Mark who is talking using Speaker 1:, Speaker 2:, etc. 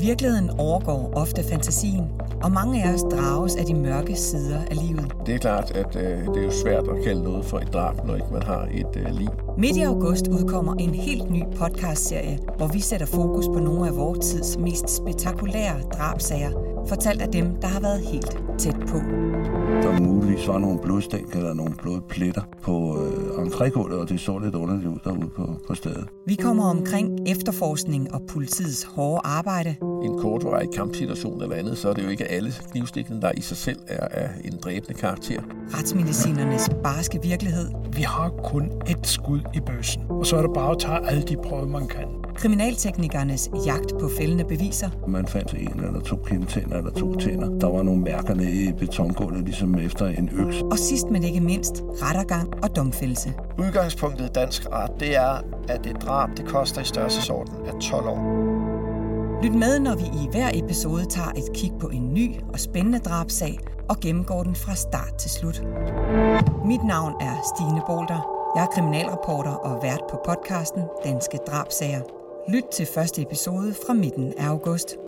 Speaker 1: Virkeligheden overgår ofte fantasien, og mange af os drages af de mørke sider af livet.
Speaker 2: Det er klart, at øh, det er jo svært at kalde noget for et drab, når ikke man har et øh, liv.
Speaker 1: Midt i august udkommer en helt ny podcastserie, hvor vi sætter fokus på nogle af vores tids mest spektakulære drabsager, fortalt af dem, der har været helt tæt på.
Speaker 3: Der muligvis var nogle blodstænk eller nogle blodpletter på øh, entregulvet, og det så lidt underligt ud derude på, på stedet.
Speaker 1: Vi kommer omkring efterforskning og politiets hårde arbejde,
Speaker 2: En kortvarig kampsituation eller andet, så er det jo ikke alle knivstikkene, der i sig selv er af en dræbende karakter.
Speaker 1: retsmedicinernes barske virkelighed,
Speaker 4: Vi har kun ét skud i bøssen, og så er det bare at tage alle de prøver, man kan.
Speaker 1: kriminalteknikernes jagt på fældende beviser,
Speaker 3: Man fandt en eller to kindtænder eller to tænder. Der var nogle mærker nede i betongulvet, ligesom efter en øks.
Speaker 1: og sidst men ikke mindst rettergang og domfældelse.
Speaker 5: Udgangspunktet i dansk ret, det er, at et drab, det koster i størrelsesorden af 12 år.
Speaker 1: Lyt med, når vi i hver episode tager et kig på en ny og spændende drabsag og gennemgår den fra start til slut. Mit navn er Stine Bolter. Jeg er kriminalreporter og vært på podcasten Danske Drabsager. Lyt til første episode fra midten af august.